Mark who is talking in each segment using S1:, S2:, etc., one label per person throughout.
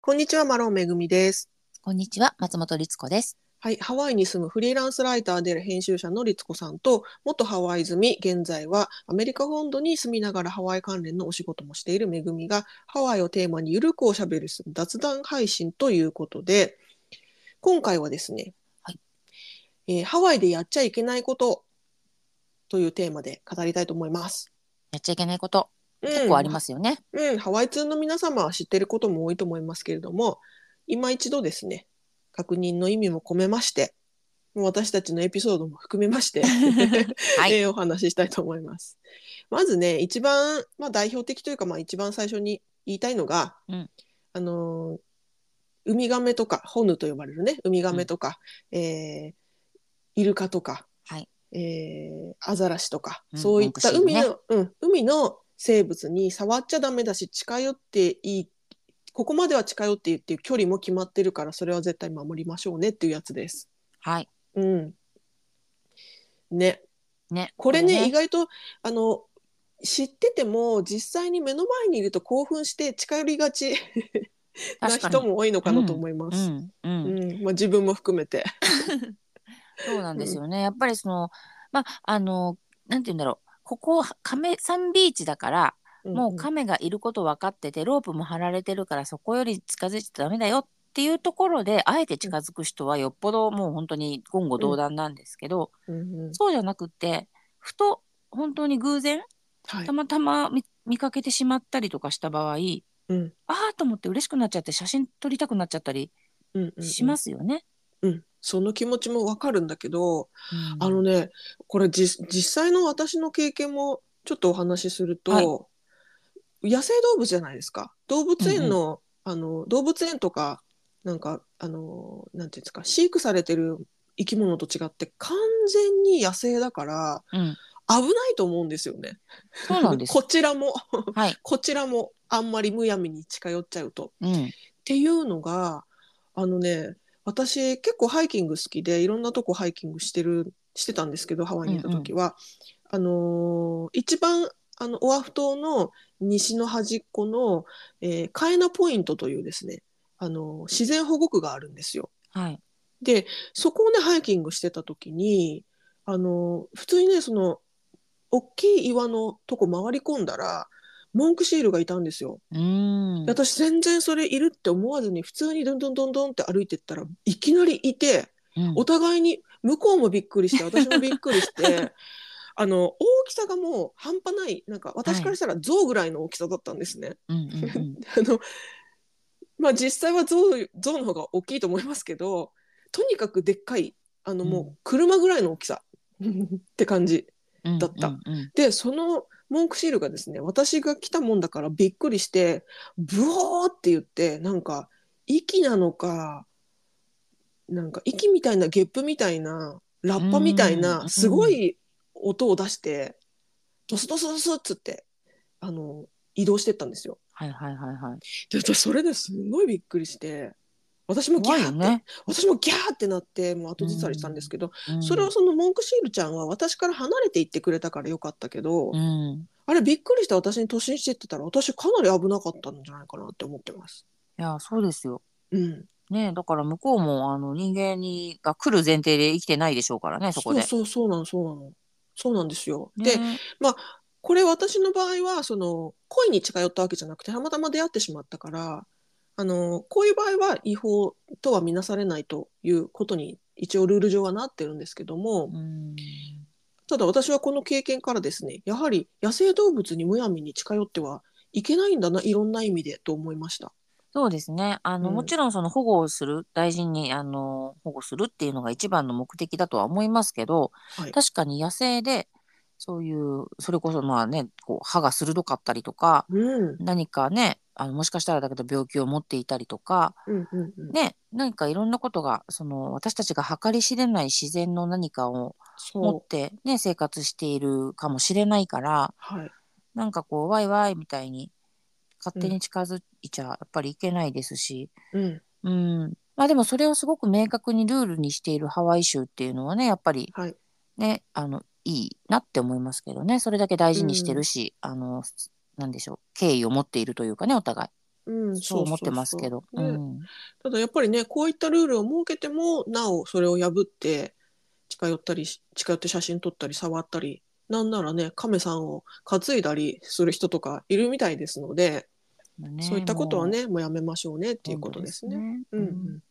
S1: こんにちは、マロンめぐみです。
S2: こんにちは、松本律子です。
S1: はい、ハワイに住むフリーランスライターで編集者の律子さんと、元ハワイ住み、現在はアメリカ本土に住みながらハワイ関連のお仕事もしているめぐみが、ハワイをテーマにゆるくおしゃべりする雑談配信ということで、今回はですね、
S2: はい
S1: えーハワイでやっちゃいけないことというテーマで語りたいと思います。
S2: やっちゃいけないこと、
S1: 結
S2: 結構ありますよね。
S1: うん、ハワイ通の皆様は知ってることも多いと思いますけれども、今一度ですね、確認の意味も込めまして、もう私たちのエピソードも含めまして、
S2: はい
S1: えーお話ししたいと思います。まずね、一番、まあ、代表的というか、まあ、一番最初に言いたいのが、
S2: うん
S1: あのーウミガメとか、ホヌと呼ばれるね、ウミガメとか、えーイルカとか、
S2: はい
S1: えーアザラシとか、
S2: うん
S1: そういった
S2: オンク
S1: 海
S2: シー
S1: の、うん、海の生物に触っちゃダメだし、近寄っていい、ここまでは近寄っていいっていう距離も決まってるから、それは絶対守りましょうねっていうやつです。
S2: はい。
S1: うん。ね。
S2: ね。
S1: これね、
S2: こ
S1: 意外と、あの、知ってても、実際に目の前にいると興奮して近寄りがちな
S2: 確かに
S1: 人も多いのかなと思いま
S2: う
S1: す。
S2: ん、う、
S1: うんん。まあ、自分も含めて。
S2: そうなんですよね。やっぱりその、まあ、あの、なんて言うんだろう。ここ、亀サンビーチだから、もう亀がいること分かってて、ロープも張られてるから、そこより近づいちゃダメだよっていうところで、あえて近づく人はよっぽどもう本当に言語道断なんですけど、
S1: うんうん、
S2: そうじゃなくて、ふと、本当に偶然、
S1: はい
S2: た。またま見見かけてしまったりとかした場合、
S1: うん。
S2: ああと思って嬉しくなっちゃって写真撮りたくなっちゃったり
S1: うんうんうん
S2: しま。すよね。
S1: うん。その気持ちもわかるんだけど、
S2: うん
S1: あのね、これじ実際の私の経験もちょっとお話しすると、
S2: はい
S1: 野生動物じゃないですか。動物園の、あの動物園とかなんかあのなんていうんですか飼育されてる生き物と違って完全に野生だから
S2: うん、
S1: 危ないと思うんですよね。
S2: そうなんで す
S1: こちらも
S2: は い、
S1: こちらもあんまりむやみに近寄っちゃうと。
S2: うん、
S1: っていうのがあのね私結構ハイキング好きでいろんなとこハイキングしてるしてたんですけどハワイにいた時は、あのー一番あのオアフ島の西の端っこの、えーカエナポイントというですね、あのー自然保護区があるんですよ。
S2: はい、
S1: でそこをねハイキングしてた時に、あのー普通にねその大きい岩のとこ回り込んだらモンクシールがいたんですよ。
S2: うーん、
S1: 私全然それいるって思わずに普通にどんどんどんどんって歩いてったらいきなりいて
S2: うん
S1: お互いに向こうもびっくりして私もびっくりして あの大きさがもう半端ないなんか私からしたら象ぐらいの大きさだったんですね。
S2: うんうんうん、
S1: あのまあ実際は象象の方が大きいと思いますけどとにかくでっかいあのも
S2: う
S1: う車ぐらいの大 きさって感じ。
S2: うん
S1: だった
S2: うんうん
S1: でその文句シールがですね私が来たもんだからびっくりしてブオーって言ってなんか息なのかなんか息みたいなゲップみたいなラッパみたい
S2: うんう
S1: なんすごい音を出してドスドスドスっつってあの移動してったんですよ。
S2: はいはいはいはい。
S1: で私それですごいびっくりして私もギャ
S2: 怖い
S1: ーっ
S2: よ
S1: て、
S2: ね。
S1: 私もギャーってなってもう後ずさりしたんですけど、
S2: うん
S1: それをその文句シールちゃんは私から離れていってくれたからよかったけど。
S2: うん、い
S1: あれびっくりして私に突進してってたら私かなり危なかったんじゃないかなって思ってます。
S2: やそうですよ。
S1: うん、
S2: ねだから向こうもあの人間にが来る前提で生きてないでしょうからねそこで。
S1: そうそうそうなのそうなのそうなんですよ。で
S2: ね
S1: これ私の場合はその恋に近寄ったわけじゃなくてたまたま出会ってしまったからあのこういう場合は違法とは見なされないということに一応ルール上はなってるんですけども
S2: うん、
S1: ただ私はこの経験からですねやはり野生動物にむやみに近寄ってはいけないんだないろんな意味でと思いました。
S2: そうですね。あの、
S1: うん
S2: もちろんその保護をする、大事にあの保護するっていうのが一番の目的だとは思いますけど、
S1: はい
S2: 確かに野生で、そういう、それこそまあね、こう歯が鋭かったりとか、
S1: うん、
S2: 何かね、あのもしかしたらだけど病気を持っていたりとか、
S1: うん、うん、うん。
S2: ね、何かいろんなことが、その私たちが計り知れない自然の何かを持
S1: そう。
S2: ってね、生活しているかもしれないから、
S1: はい。
S2: なんかこう、ワイワイみたいに、勝手
S1: う
S2: に近づいちゃ、やっぱりいけないですし、
S1: うん。
S2: うん。まあでもそれをすごく明確にルールにしているハワイ州っていうのはね、やっぱり
S1: はい。
S2: ね、あの、いいなって思いますけどね、それだけ大事にしてるし、あの、なんでしょう、敬意を持っているというかね、お互い。
S1: うん、
S2: そう思ってますけ
S1: ど。
S2: ど。
S1: ね
S2: うん
S1: ただやっぱりね、こういったルールを設けても、なおそれを破って、近寄ったりし、近寄って写真撮ったり、触ったり、なんならね、亀さんを担いだりする人とかいるみたいですので、
S2: ね
S1: そういったことはね、もうやめましょうねっていうことですね。。
S2: も
S1: うんうん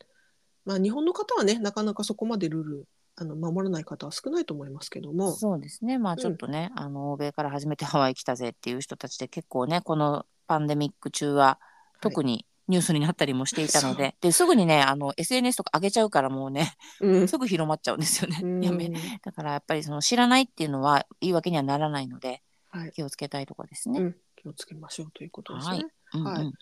S1: まあ、日本の方はね、なかなかそこまでルール、あの、守らない方は少ないと思いますけども、
S2: そうですね。まあちょっとね、あの欧米から初めてハワイ来たぜっていう人たちで結構ね、このパンデミック中は特にニュースになったりもしていた ので、ですぐにね、あの SNS とか上げちゃうからもうね、
S1: うん
S2: すぐ広まっちゃうんですよね。
S1: うん
S2: やめだからやっぱりその知らないっていうのは言い訳にはならないので、
S1: はい
S2: 気をつけたいところです
S1: う
S2: ね。
S1: ん気をつけましょうということですね。
S2: はいうんうん
S1: はい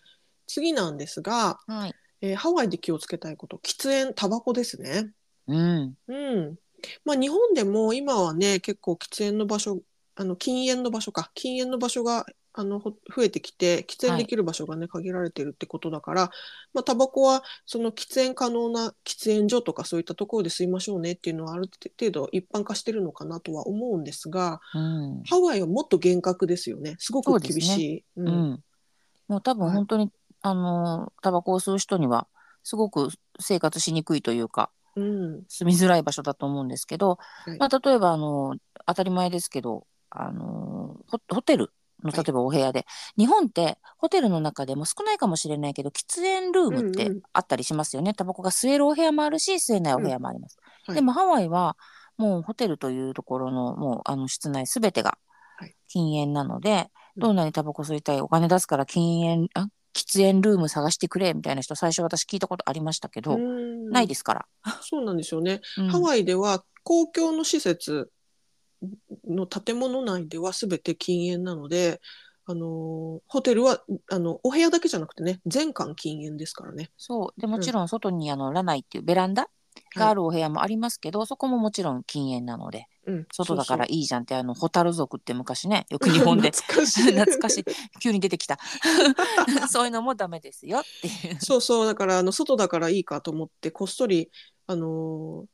S1: 次なんですが、
S2: はい。
S1: えーハワイで気をつけたいこと、喫煙、タバコですね。
S2: うん。
S1: うん。まあ、日本でも今はね、結構喫煙の場所、あの、禁煙の場所か、禁煙の場所が、あの、ほ増えてきて、喫煙できる場所がね、限られてるってことだから、まあ、タバコは、その喫煙可能な喫煙所とかそういったところで吸いましょうねっていうのは、ある程度一般化してるのかなとは思うんですが、
S2: うん。
S1: ハワイはもっと厳格ですよね。すご
S2: そ
S1: く
S2: うですね
S1: 厳しい。う。
S2: うんん。もう多分本当に、あのタバコを吸う人にはすごく生活しにくいというか。
S1: うん。
S2: 住みづらい場所だと思うんですけど、
S1: はい
S2: まあ、例えばあの当たり前ですけどあのホホテルの
S1: はい
S2: 例えばお部屋で、日本ってホテルの中でも少ないかもしれないけど喫煙ルームっ
S1: う
S2: て
S1: んうん
S2: あったりしますよね、タバコが吸えるお部屋もあるし吸えないお部屋もあります、
S1: はい
S2: でもハワイはもうホテルというところのもうあの室内すべてが
S1: はい
S2: 禁煙なので、
S1: うん
S2: どんなにタバコ吸いたいお金出すから禁煙あ喫煙ルーム探してくれみたいな人最初私聞いたことありましたけど、
S1: うん
S2: ないですから。
S1: そうなんですよね。
S2: うん
S1: ハワイでは公共の施設の建物内では全て禁煙なので、あのホテルはあのお部屋だけじゃなくてね全館禁煙ですからね。
S2: そうでもちろん外にあのラナイっていうベランダがあるお部屋もありますけど、そこももちろん禁煙なので
S1: うん、
S2: 外だから
S1: そう
S2: いいじゃんってあのホタル族って昔ねよく
S1: そう
S2: 日本で
S1: 懐かしい
S2: 懐かしい急に出てきた そういうのもダメですよっていう。
S1: そうそうだからあの外だからいいかと思ってこっそりあの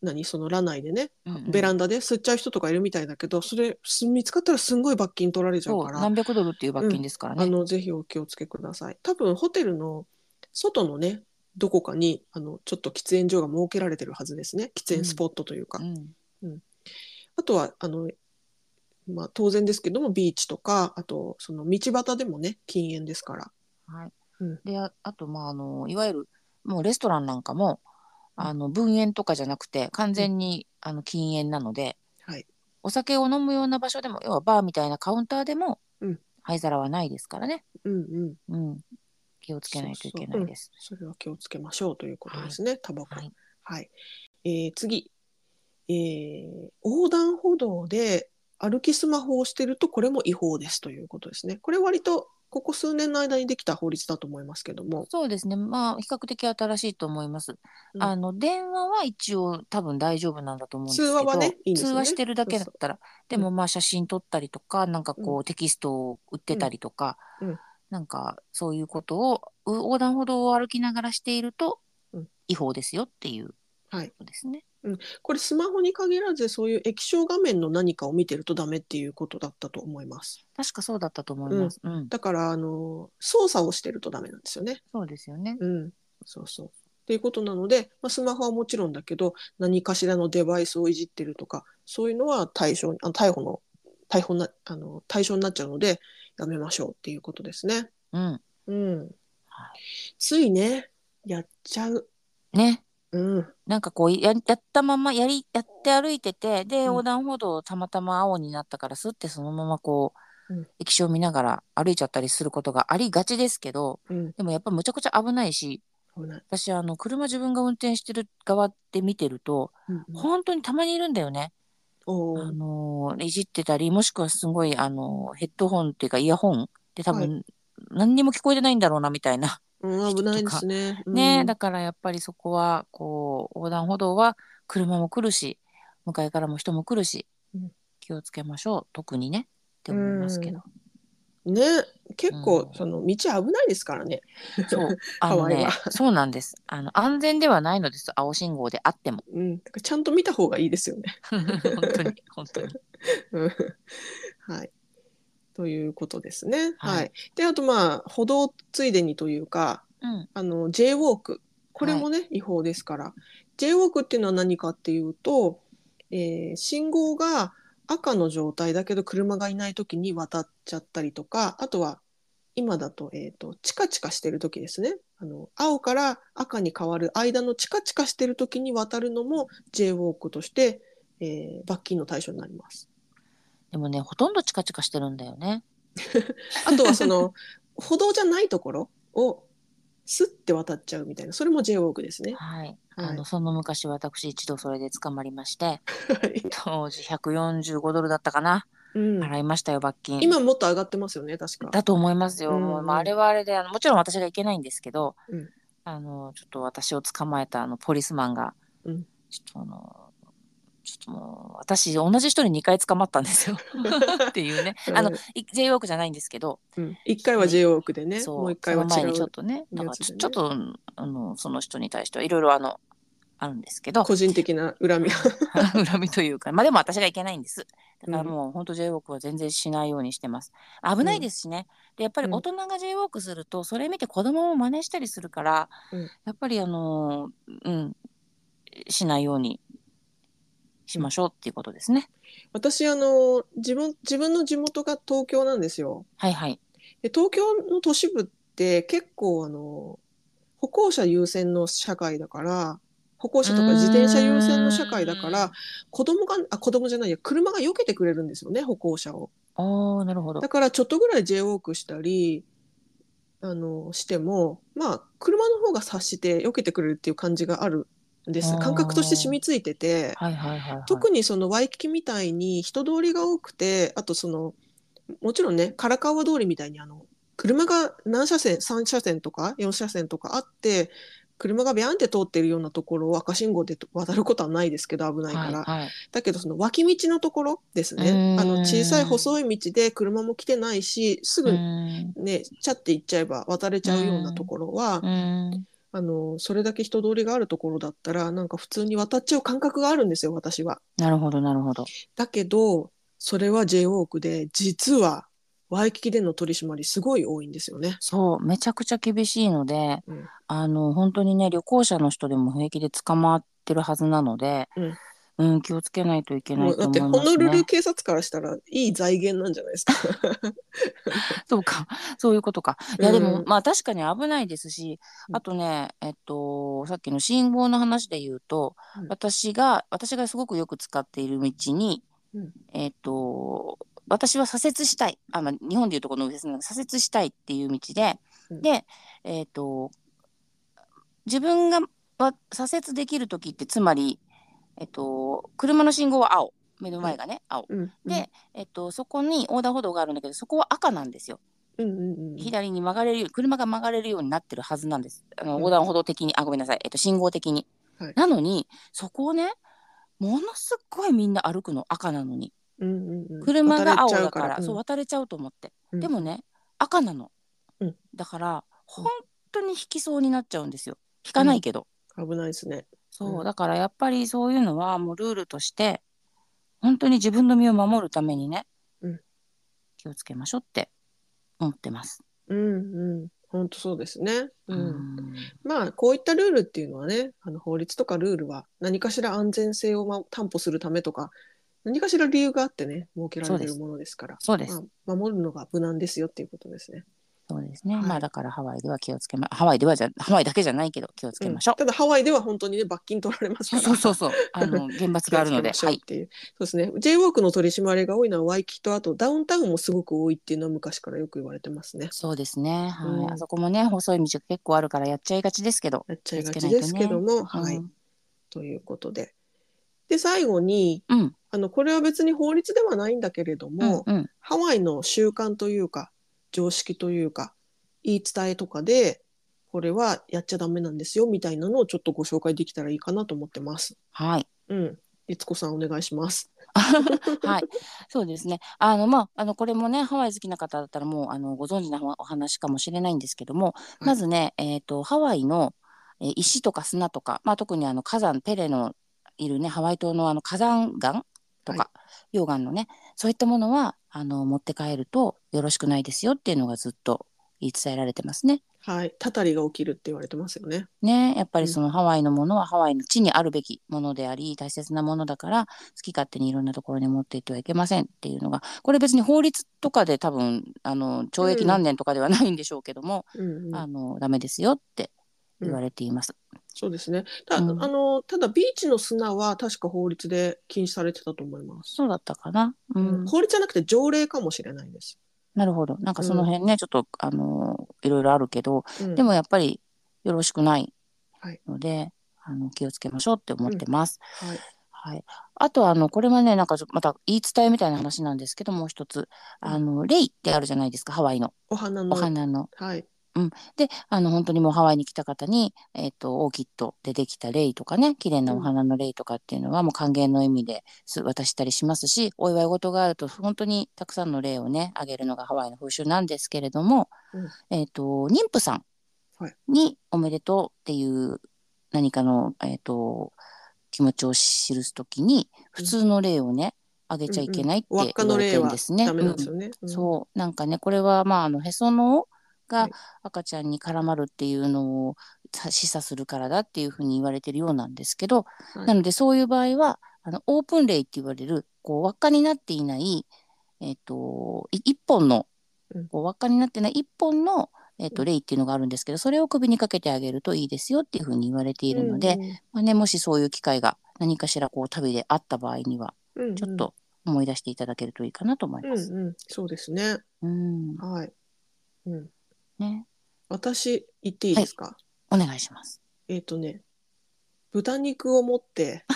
S1: 何そのラ内でねベラ
S2: ン
S1: ンダで吸っちゃう人とかいるみたいだけどそれす見つかったらすんごい罰金取られちゃう
S2: そう
S1: から。
S2: 何百ドルっていう罰金ですからね。
S1: あのぜひお気をつけください。多分ホテルの外のねどこかにあのちょっと喫煙所が設けられてるはずですね喫煙スポットというか、
S2: うん
S1: あとはあの、まあ、当然ですけどもビーチとかあとその道端でもね禁煙ですから。
S2: はい
S1: うん
S2: でああとまああのいわゆるもうレストランなんかもあの分煙とかじゃなくて完全に、あの禁煙なので、
S1: はい
S2: お酒を飲むような場所でも要はバーみたいなカウンターでも、
S1: うん
S2: 灰皿はないですからね、
S1: うんうん、
S2: うん、気をつけないといけないです。
S1: それは気をつけましょうということですね、タバコ。
S2: はい
S1: はい。えー次。えー横断歩道で歩きスマホをしてるとこれも違法ですということですね。これ割とここ数年の間にできた法律だと思いますけども。
S2: そうですねまあ比較的新しいと思います、
S1: うん
S2: あの電話は一応多分大丈夫なんだと思うんですけど
S1: 通話はねいいんですよね
S2: 通話してるだけだったらでもまあ写真撮ったりとかなんかこう、テキストを売ってたりとか、
S1: うんうん
S2: なんかそういうことをう横断歩道を歩きながらしていると、
S1: うん
S2: 違法ですよっていう
S1: はい
S2: ことですね。
S1: これスマホに限らずそういう液晶画面の何かを見てるとダメっていうことだったと思います。
S2: 確かそうだったと思います。うん、
S1: だから、あの、操作をしてるとダメなんですよね。
S2: そうですよね。
S1: うん。そうそう。っていうことなので、まあ、スマホはもちろんだけど、何かしらのデバイスをいじってるとか、そういうのは対象に、あの逮捕の、逮捕な、あの、対象になっちゃうので、やめましょうっていうことですね。
S2: うん。
S1: うん
S2: は。
S1: ついね、やっちゃう。
S2: ね。
S1: うん。
S2: なんかこうややったままやりやって歩いててで、
S1: ん
S2: 横断歩道たまたま青になったからすってそのままこう、
S1: うん
S2: 液晶見ながら歩いちゃったりすることがありがちですけど
S1: うん。
S2: でもやっぱむちゃくちゃ危ないし
S1: 危ない。
S2: 私あの車自分が運転してる側で見てると
S1: うん、
S2: 本当にたまにいるんだよね、
S1: お
S2: あ
S1: ー
S2: のーいじってたりもしくはすごいあのーヘッドホンっていうかイヤホンで多分、何にも聞こえてないんだろうなみたいな
S1: うん、危ないですね。
S2: ね、
S1: うん
S2: だからやっぱりそこはこう横断歩道は車も来るし向かいからも人も来るし、
S1: うん
S2: 気をつけましょう特にねって思いますけど、
S1: ね結構、
S2: うん
S1: その道危ないですからね。
S2: そうあ
S1: ハ
S2: の
S1: ワイ
S2: ね
S1: は
S2: そうなんですあの安全ではないのです青信号で あっても
S1: うん、だからちゃんと見た方がいいですよね。
S2: 本当に本当に
S1: うんはい。ということですね。
S2: はい
S1: はい。で、あとまあ、歩道ついでにというか、
S2: うん。
S1: あの J ウォークこれもね、違法ですから J ウォークっていうのは何かっていうと、えー信号が赤の状態だけど車がいない時に渡っちゃったりとかあとは今だと,、えー、とチカチカしてる時ですねあの青から赤に変わる間のチカチカしてる時に渡るのも J ウォークとして、えー罰金の対象になります。
S2: でもね、ほとんどチカチカしてるんだよね。
S1: あとはその 歩道じゃないところをスッて渡っちゃうみたいなそれも J ウォークですね。
S2: はい。
S1: はい
S2: あの、その昔私一度それで捕まりまして、
S1: はい
S2: 当時145ドルだったかな。
S1: うん
S2: 払いましたよ、罰金。
S1: 今もっと上がってますよね確か。
S2: だと思いますよ。
S1: うん
S2: まあ、あれはあれであのもちろん私がいけないんですけど、
S1: うん
S2: あのちょっと私を捕まえたあのポリスマンが、
S1: うん
S2: ちょっとあのちょっともう私同じ人に2回捕まったんで すよっていうねあの
S1: うん
S2: い J ウォークじゃないんですけど、
S1: うん一回は J ウォークでね、
S2: そう
S1: もう一回は
S2: その
S1: 違
S2: 前にちょっ
S1: う
S2: とねだから
S1: やつ
S2: ち
S1: でね
S2: ょ,、っとあのその人に対してはいろいろあのあるんですけど
S1: 個人的な恨みが。
S2: 恨みというかまあでも私がいけないんですだからもう本当 J ウォークは全然しないようにしてます危ないですしね、でやっぱり
S1: うん
S2: 大人が J ウォークするとそれ見て子供も真似したりするから、
S1: うん
S2: やっぱりあのーうんしないようにしましょうっていうことですね、
S1: 私あの自分自分の地元が東京なんですよ。
S2: はいはい
S1: で東京の都市部って結構あの歩行者優先の社会だから歩行者とか自転車優先の社会だか
S2: うーん
S1: ら子供があ子供じゃないや車が避けてくれるんですよね歩行者を。
S2: あーなるほど
S1: だからちょっとぐらい J ウォークしたりあのしてもまあ車の方が察して避けてくれるっていう感じがあるんで
S2: あ
S1: す
S2: ー
S1: 感覚として染みついてて、
S2: はいはいはい、はい、
S1: 特にそのワイキキみたいに人通りが多くてあとそのもちろんね唐川通りみたいにあの車が何車線3車線とか4車線とかあって車がビャンって通ってるようなところを赤信号で渡ることはないですけど危ないから、
S2: はいはい
S1: だけどその脇道のところです
S2: う
S1: ね
S2: ん
S1: あの小さい細い道で車も来てないしす
S2: う
S1: ぐ
S2: ん
S1: ねちゃって行っちゃえば渡れちゃうようなところは
S2: うん
S1: あのそれだけ人通りがあるところだったらなんか普通に渡っちゃう感覚があるんですよ私は。
S2: なるほどなるほど
S1: だけどそれは J ウォークで実はワイキキでの取り締まりすごい多いんですよね。
S2: そうめちゃくちゃ厳しいので、
S1: うん
S2: あの本当にね旅行者の人でも平気で捕まってるはずなので、うん気をつけないといけな
S1: も
S2: いうと
S1: だっ
S2: 思
S1: て
S2: い
S1: ホ
S2: ま
S1: ノ
S2: す
S1: ルル
S2: ね。
S1: 警察からしたらいい財源なんじゃないです か。
S2: そうかそういうことか。いやでも、
S1: うん
S2: まあ確かに危ないですし
S1: うん
S2: あとねえっとさっきの信号の話で言うと、
S1: うん
S2: 私が私がすごくよく使っている道に、
S1: うん
S2: えっと私は左折したいあ、まあ、日本でいうとこの右折なんですけど左折したいっていう道で、
S1: うん
S2: でえっと自分がわ左折できる時ってつまり、えっと、車の信号は青目の前がね、青
S1: うん、
S2: で、えっと、そこに横断歩道があるんだけどそこは赤なんですよ
S1: うんうんうん、
S2: 左に曲がれるように車が曲がれるようになってるはずなんですあ
S1: う
S2: の
S1: ん
S2: 横断歩道的に、あごめんなさい、えっと、信号的に、
S1: はい
S2: なのにそこをねものすっごいみんな歩くの赤なのに
S1: うんうんうん
S2: 車が青
S1: 渡れちゃ
S2: だからそう
S1: うん
S2: 渡れちゃうと思って、
S1: うん
S2: でもね赤なの、
S1: うん
S2: だから本当に引きそうになっちゃうんですよ引かないけど、
S1: 危ないですね。
S2: そううんだからやっぱりそういうのはもうルールとして本当に自分の身を守るためにね、
S1: うん
S2: 気をつけましょうって思ってます。
S1: うんうん、本当そうですね。うん
S2: うん
S1: まあこういったルールっていうのはねあの法律とかルールは何かしら安全性を、ま、担保するためとか何かしら理由があってね設けられて
S2: そうで
S1: る
S2: す
S1: ものですから
S2: そうです、
S1: まあ、守るのが無難ですよっていうことですね。
S2: そうですね、
S1: はい
S2: まあだからハワイでは気をつけまハワイではじゃハワイだけじゃないけど気をつけましょ
S1: うん
S2: う。
S1: ただハワイでは本当にね罰金取られます
S2: そ
S1: か
S2: う
S1: ら。
S2: そうそう そうあの厳罰があるので
S1: 気をつけましょ
S2: は
S1: うっ
S2: い
S1: ていう、そうですね J ウォークの取り締まりが多いのはワイキキとあとダウンタウンもすごく多いっていうのは昔からよく言われてますね。
S2: そうですねはい、
S1: うん
S2: あそこもね細い道が結構あるからやっちゃいがちですけど、
S1: やっちゃいが
S2: 気
S1: ち
S2: をつけ
S1: で
S2: ないと
S1: す
S2: ね
S1: けども、はい、
S2: うん
S1: ということで。で最後に
S2: うん
S1: あのこれは別に法律ではないんだけれども、
S2: うんうん
S1: ハワイの習慣というか常識というか言い伝えとかでこれはやっちゃダメなんですよみたいなのをちょっとご紹介できたらいいかなと思ってます。
S2: はい
S1: うん、いつこさんお願いします。
S2: はい、そうですね。あのまああのこれもねハワイ好きな方だったらもうあのご存知なお話かもしれないんですけども、
S1: い
S2: まずねえっ、とハワイの、えー石とか砂とか、まあ特にあの火山ペレのいるねハワイ島のあの火山岩とか、溶岩のねそういったものはあの持って帰るとよろしくないですよっていうのがずっと言い伝えられてますね。
S1: はい、たたりが起きるって言われてますよね。
S2: ねやっぱり
S1: うん
S2: そのハワイのものはハワイの地にあるべきものであり大切なものだから好き勝手にいろんなところに持っていってはいけませんっていうのがこれ別に法律とかで多分あの懲役何年とかではないんでしょうけども、
S1: うんうん
S2: あのダメですよって言われています。
S1: そうですね。た、
S2: うん
S1: あの、ただビーチの砂は確か法律で禁止されてたと思います。
S2: そうだったかな、うん
S1: 法律じゃなくて条例かもしれないです。
S2: なるほどなんかその辺ね、ちょっとあのいろいろあるけど、
S1: うん
S2: でもやっぱりよろしくない
S1: はい
S2: ので、あの気をつけましょうって思ってます。
S1: うんはい
S2: はいあとはあのこれはねなんかちょまた言い伝えみたいな話なんですけどもう一つあのレイってあるじゃないですかハワイの
S1: お花の。
S2: お花の。
S1: はい。
S2: であの本当にもうハワイに来た方に、えっとオーキッドでできたレイとかね綺麗なお花のレイとかっていうのはもう歓迎の意味です渡したりしますしお祝い事があると本当にたくさんのレイをねあげるのがハワイの風習なんですけれども、
S1: うん
S2: えっと妊婦さん
S1: はい
S2: におめでとうっていう何かの、えっと気持ちを記すときに普通のレイをねあげちゃいけないって
S1: 輪っか
S2: 言わ
S1: の
S2: れて
S1: 例
S2: るん
S1: は
S2: ですね。
S1: ダメなん
S2: う
S1: で
S2: ん
S1: すよね。うん
S2: そうなんかねこれはまああのへその
S1: は
S2: 緒が
S1: い
S2: 赤ちゃんに絡まるっていうのをさ示唆するからだっていうふうに言われてるようなんですけど、
S1: はい
S2: なのでそういう場合はあのオープンレイって言われるこう輪っかになっていない、えっとい一本の
S1: うん
S2: こう輪っかになってない一本の、え
S1: う
S2: っと
S1: ん
S2: レイっていうのがあるんですけどそれを首にかけてあげるといいですよっていうふうに言われているので、
S1: うん
S2: まあね、もしそういう機会が何かしらこう旅であった場合には
S1: うん、
S2: ちょっと思い出していただけるといいかなと思い
S1: うん、う
S2: ます。
S1: んうん、そうですね。
S2: うん
S1: はい。うん、
S2: ね、
S1: 私言っていいですか。
S2: お願いします。
S1: えっ、とね。豚肉を持って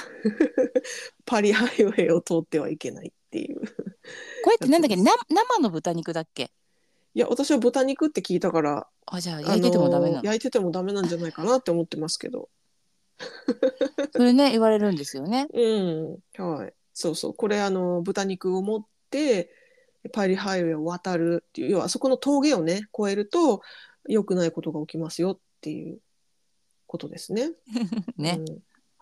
S1: パリハイウェイを通ってはいけないっていう。
S2: これってなんだっけ、
S1: やつで
S2: な生の豚肉だっけ。
S1: いや私は豚肉って聞いたから
S2: あ、じゃあ、焼いててもダメ
S1: あ
S2: な
S1: の
S2: の。
S1: 焼いててもダメなんじゃないかなって思ってますけど。
S2: それね、言われるんですよね。
S1: うん、はい。そうそう。これあの豚肉を持ってパリハイウェイを渡るっていう要はそこの峠をね越えると良くないことが起きますよっていうことですね。
S2: ね、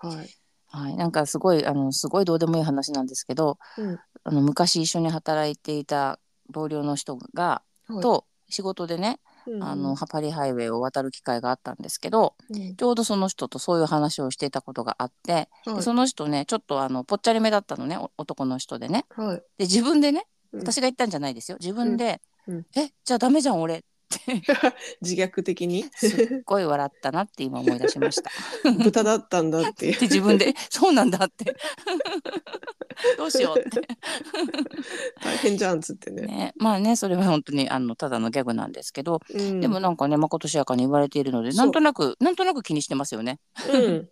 S1: うん、はい。
S2: はい、なんかすごい、あの、すごいどうでもいい話なんですけど。
S1: うん
S2: あの、昔一緒に働いていた同僚の人が、
S1: はい
S2: と。仕事でね、
S1: うん
S2: あの、ハパリハイウェイを渡る機会があったんですけど、
S1: うん
S2: ちょうどその人とそういう話をしていたことがあって、
S1: はい
S2: その人ね、ちょっとあの、ぽっちゃりめだったのね、お男の人でね。
S1: はい。
S2: で、自分でね、
S1: うん
S2: 私が言ったんじゃないですよ。自分で、
S1: うんうん
S2: え、じゃあダメじゃん、俺。
S1: 自虐的に
S2: すっごい笑ったなって今思い出しました。
S1: 豚だったんだっていう
S2: で自分で「そうなんだ」って どうしよ うっ
S1: 大変じゃんっつって
S2: て、
S1: ね。
S2: ね、まあねそれは本当にあのただのギャグなんですけど、
S1: うん、
S2: でもなんかねまことしやかに言われているので
S1: そう
S2: なんとなくなんとなく気にしてますよね。
S1: うん、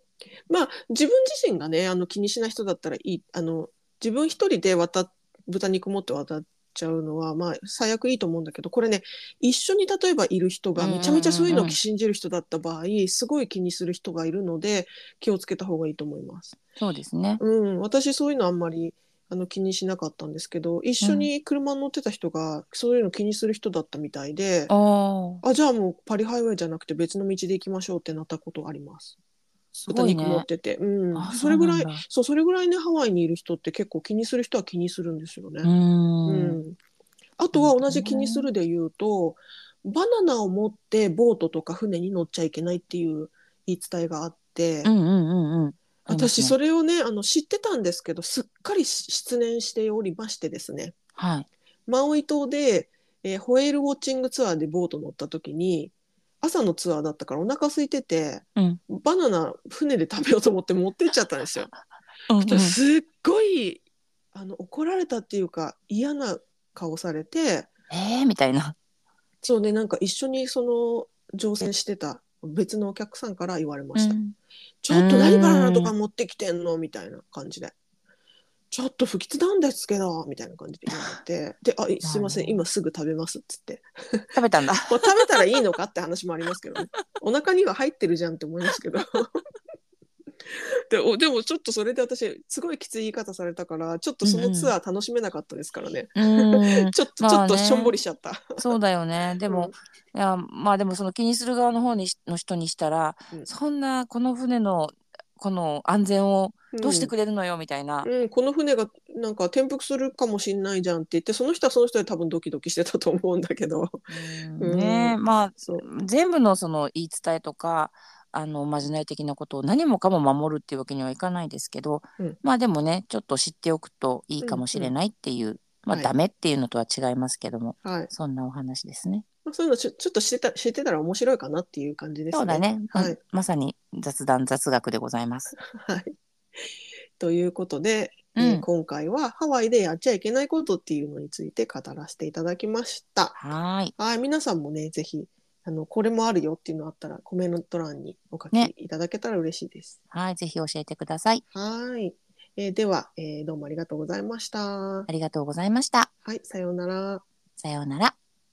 S1: まあ自分自身がねあの気にしない人だったらいいあの自分一人で渡っ豚肉持って渡っちゃうのは、まあ、最悪いいと思うんだけどこれね一緒に例えばいる人が
S2: うんうんうん
S1: めちゃめちゃそういうのを信じる人だった場合すごい気にする人がいるので気をつけた方がいいと思います。
S2: そうですね。
S1: うん、私そういうのあんまりあの気にしなかったんですけど一緒に車に乗ってた人がそういうの気にする人だったみたいで、
S2: ああ
S1: あじゃあもうパリハイウェイじゃなくて別の道で行きましょうってなったことあります。
S2: す
S1: 豚
S2: ごい
S1: 肉持っ
S2: ね。
S1: てて、うん
S2: あ、
S1: それぐらい
S2: そうなんだ
S1: そうそれぐらいねハワイにいる人って結構気にする人は気にするんですよね。
S2: うーん
S1: うんあとは同じ気にするで言うと、バナナを持ってボートとか船に乗っちゃいけないっていう言い伝えがあって、
S2: うんうんうんうん。
S1: 私
S2: れ、
S1: それをねあの知ってたんですけどすっかり失念しておりましてですね
S2: はい、
S1: マウイ島で、えーホエールウォッチングツアーでボート乗った時に朝のツアーだったからお腹空いてて、
S2: うん
S1: バナナ船で食べようと思って持ってっちゃったんですよ。
S2: うんう
S1: そしたらすっごいあの怒られたっていうか嫌な顔されて
S2: えー、みたいな。
S1: そうねなんか一緒にその乗船してた別のお客さんから言われました。
S2: うん
S1: ちょっと何バナナとか持ってきてんのみたいな感じで。ちょっと不吉なんですけどみたいな感じで言われて「であいすいません今すぐ食べます」っつって、
S2: 食べたんだ。
S1: まあ、食べたらいいのかって話もありますけど、ね、お腹には入ってるじゃんって思いますけ どでおでもちょっとそれで私すごいきつい言い方されたからちょっとそのツアー楽しめなかったですからね、
S2: うーん
S1: ちょっと、
S2: まあね
S1: ちょっとしょんぼりしちゃった。
S2: そうだよ ね。でも、いやまあでもその気にする側の方にしの人にしたら、
S1: うん
S2: そんなこの船のこの安全を
S1: うん
S2: どうしてくれるのよみたいな、
S1: うん、この船がなんか転覆するかもしんないじゃんって言ってその人はその人で多分ドキドキしてたと思うんだけど
S2: うん
S1: うん
S2: ねまあ
S1: そう
S2: 全部の その言い伝えとかあのおまじない的なことを何もかも守るっていうわけにはいかないですけど、
S1: うん
S2: まあでもねちょっと知っておくといいかもしれないっていう、まあ、
S1: はい
S2: ダメっていうのとは違いますけども、
S1: はい、
S2: そんなお話ですね。
S1: まあ、そういうのちょちょっと知ってた知ってたら面白いかなっていう感じですね。
S2: そうだね、ま
S1: はい
S2: まさに雑談雑学でございます。
S1: はい、ということで、
S2: うん
S1: えー今回はハワイでやっちゃいけないことっていうのについて語らせていただきました。
S2: はーい
S1: はい、皆さんもね、ぜひ、あの、これもあるよっていうのあったら、コメント欄にお書き
S2: ね
S1: いただけたら嬉しいです。
S2: はいぜひ教えてください。
S1: はい、えーでは、えーどうもありがとうございました。は
S2: ありがとうございました。
S1: い、さようなら。
S2: さようなら。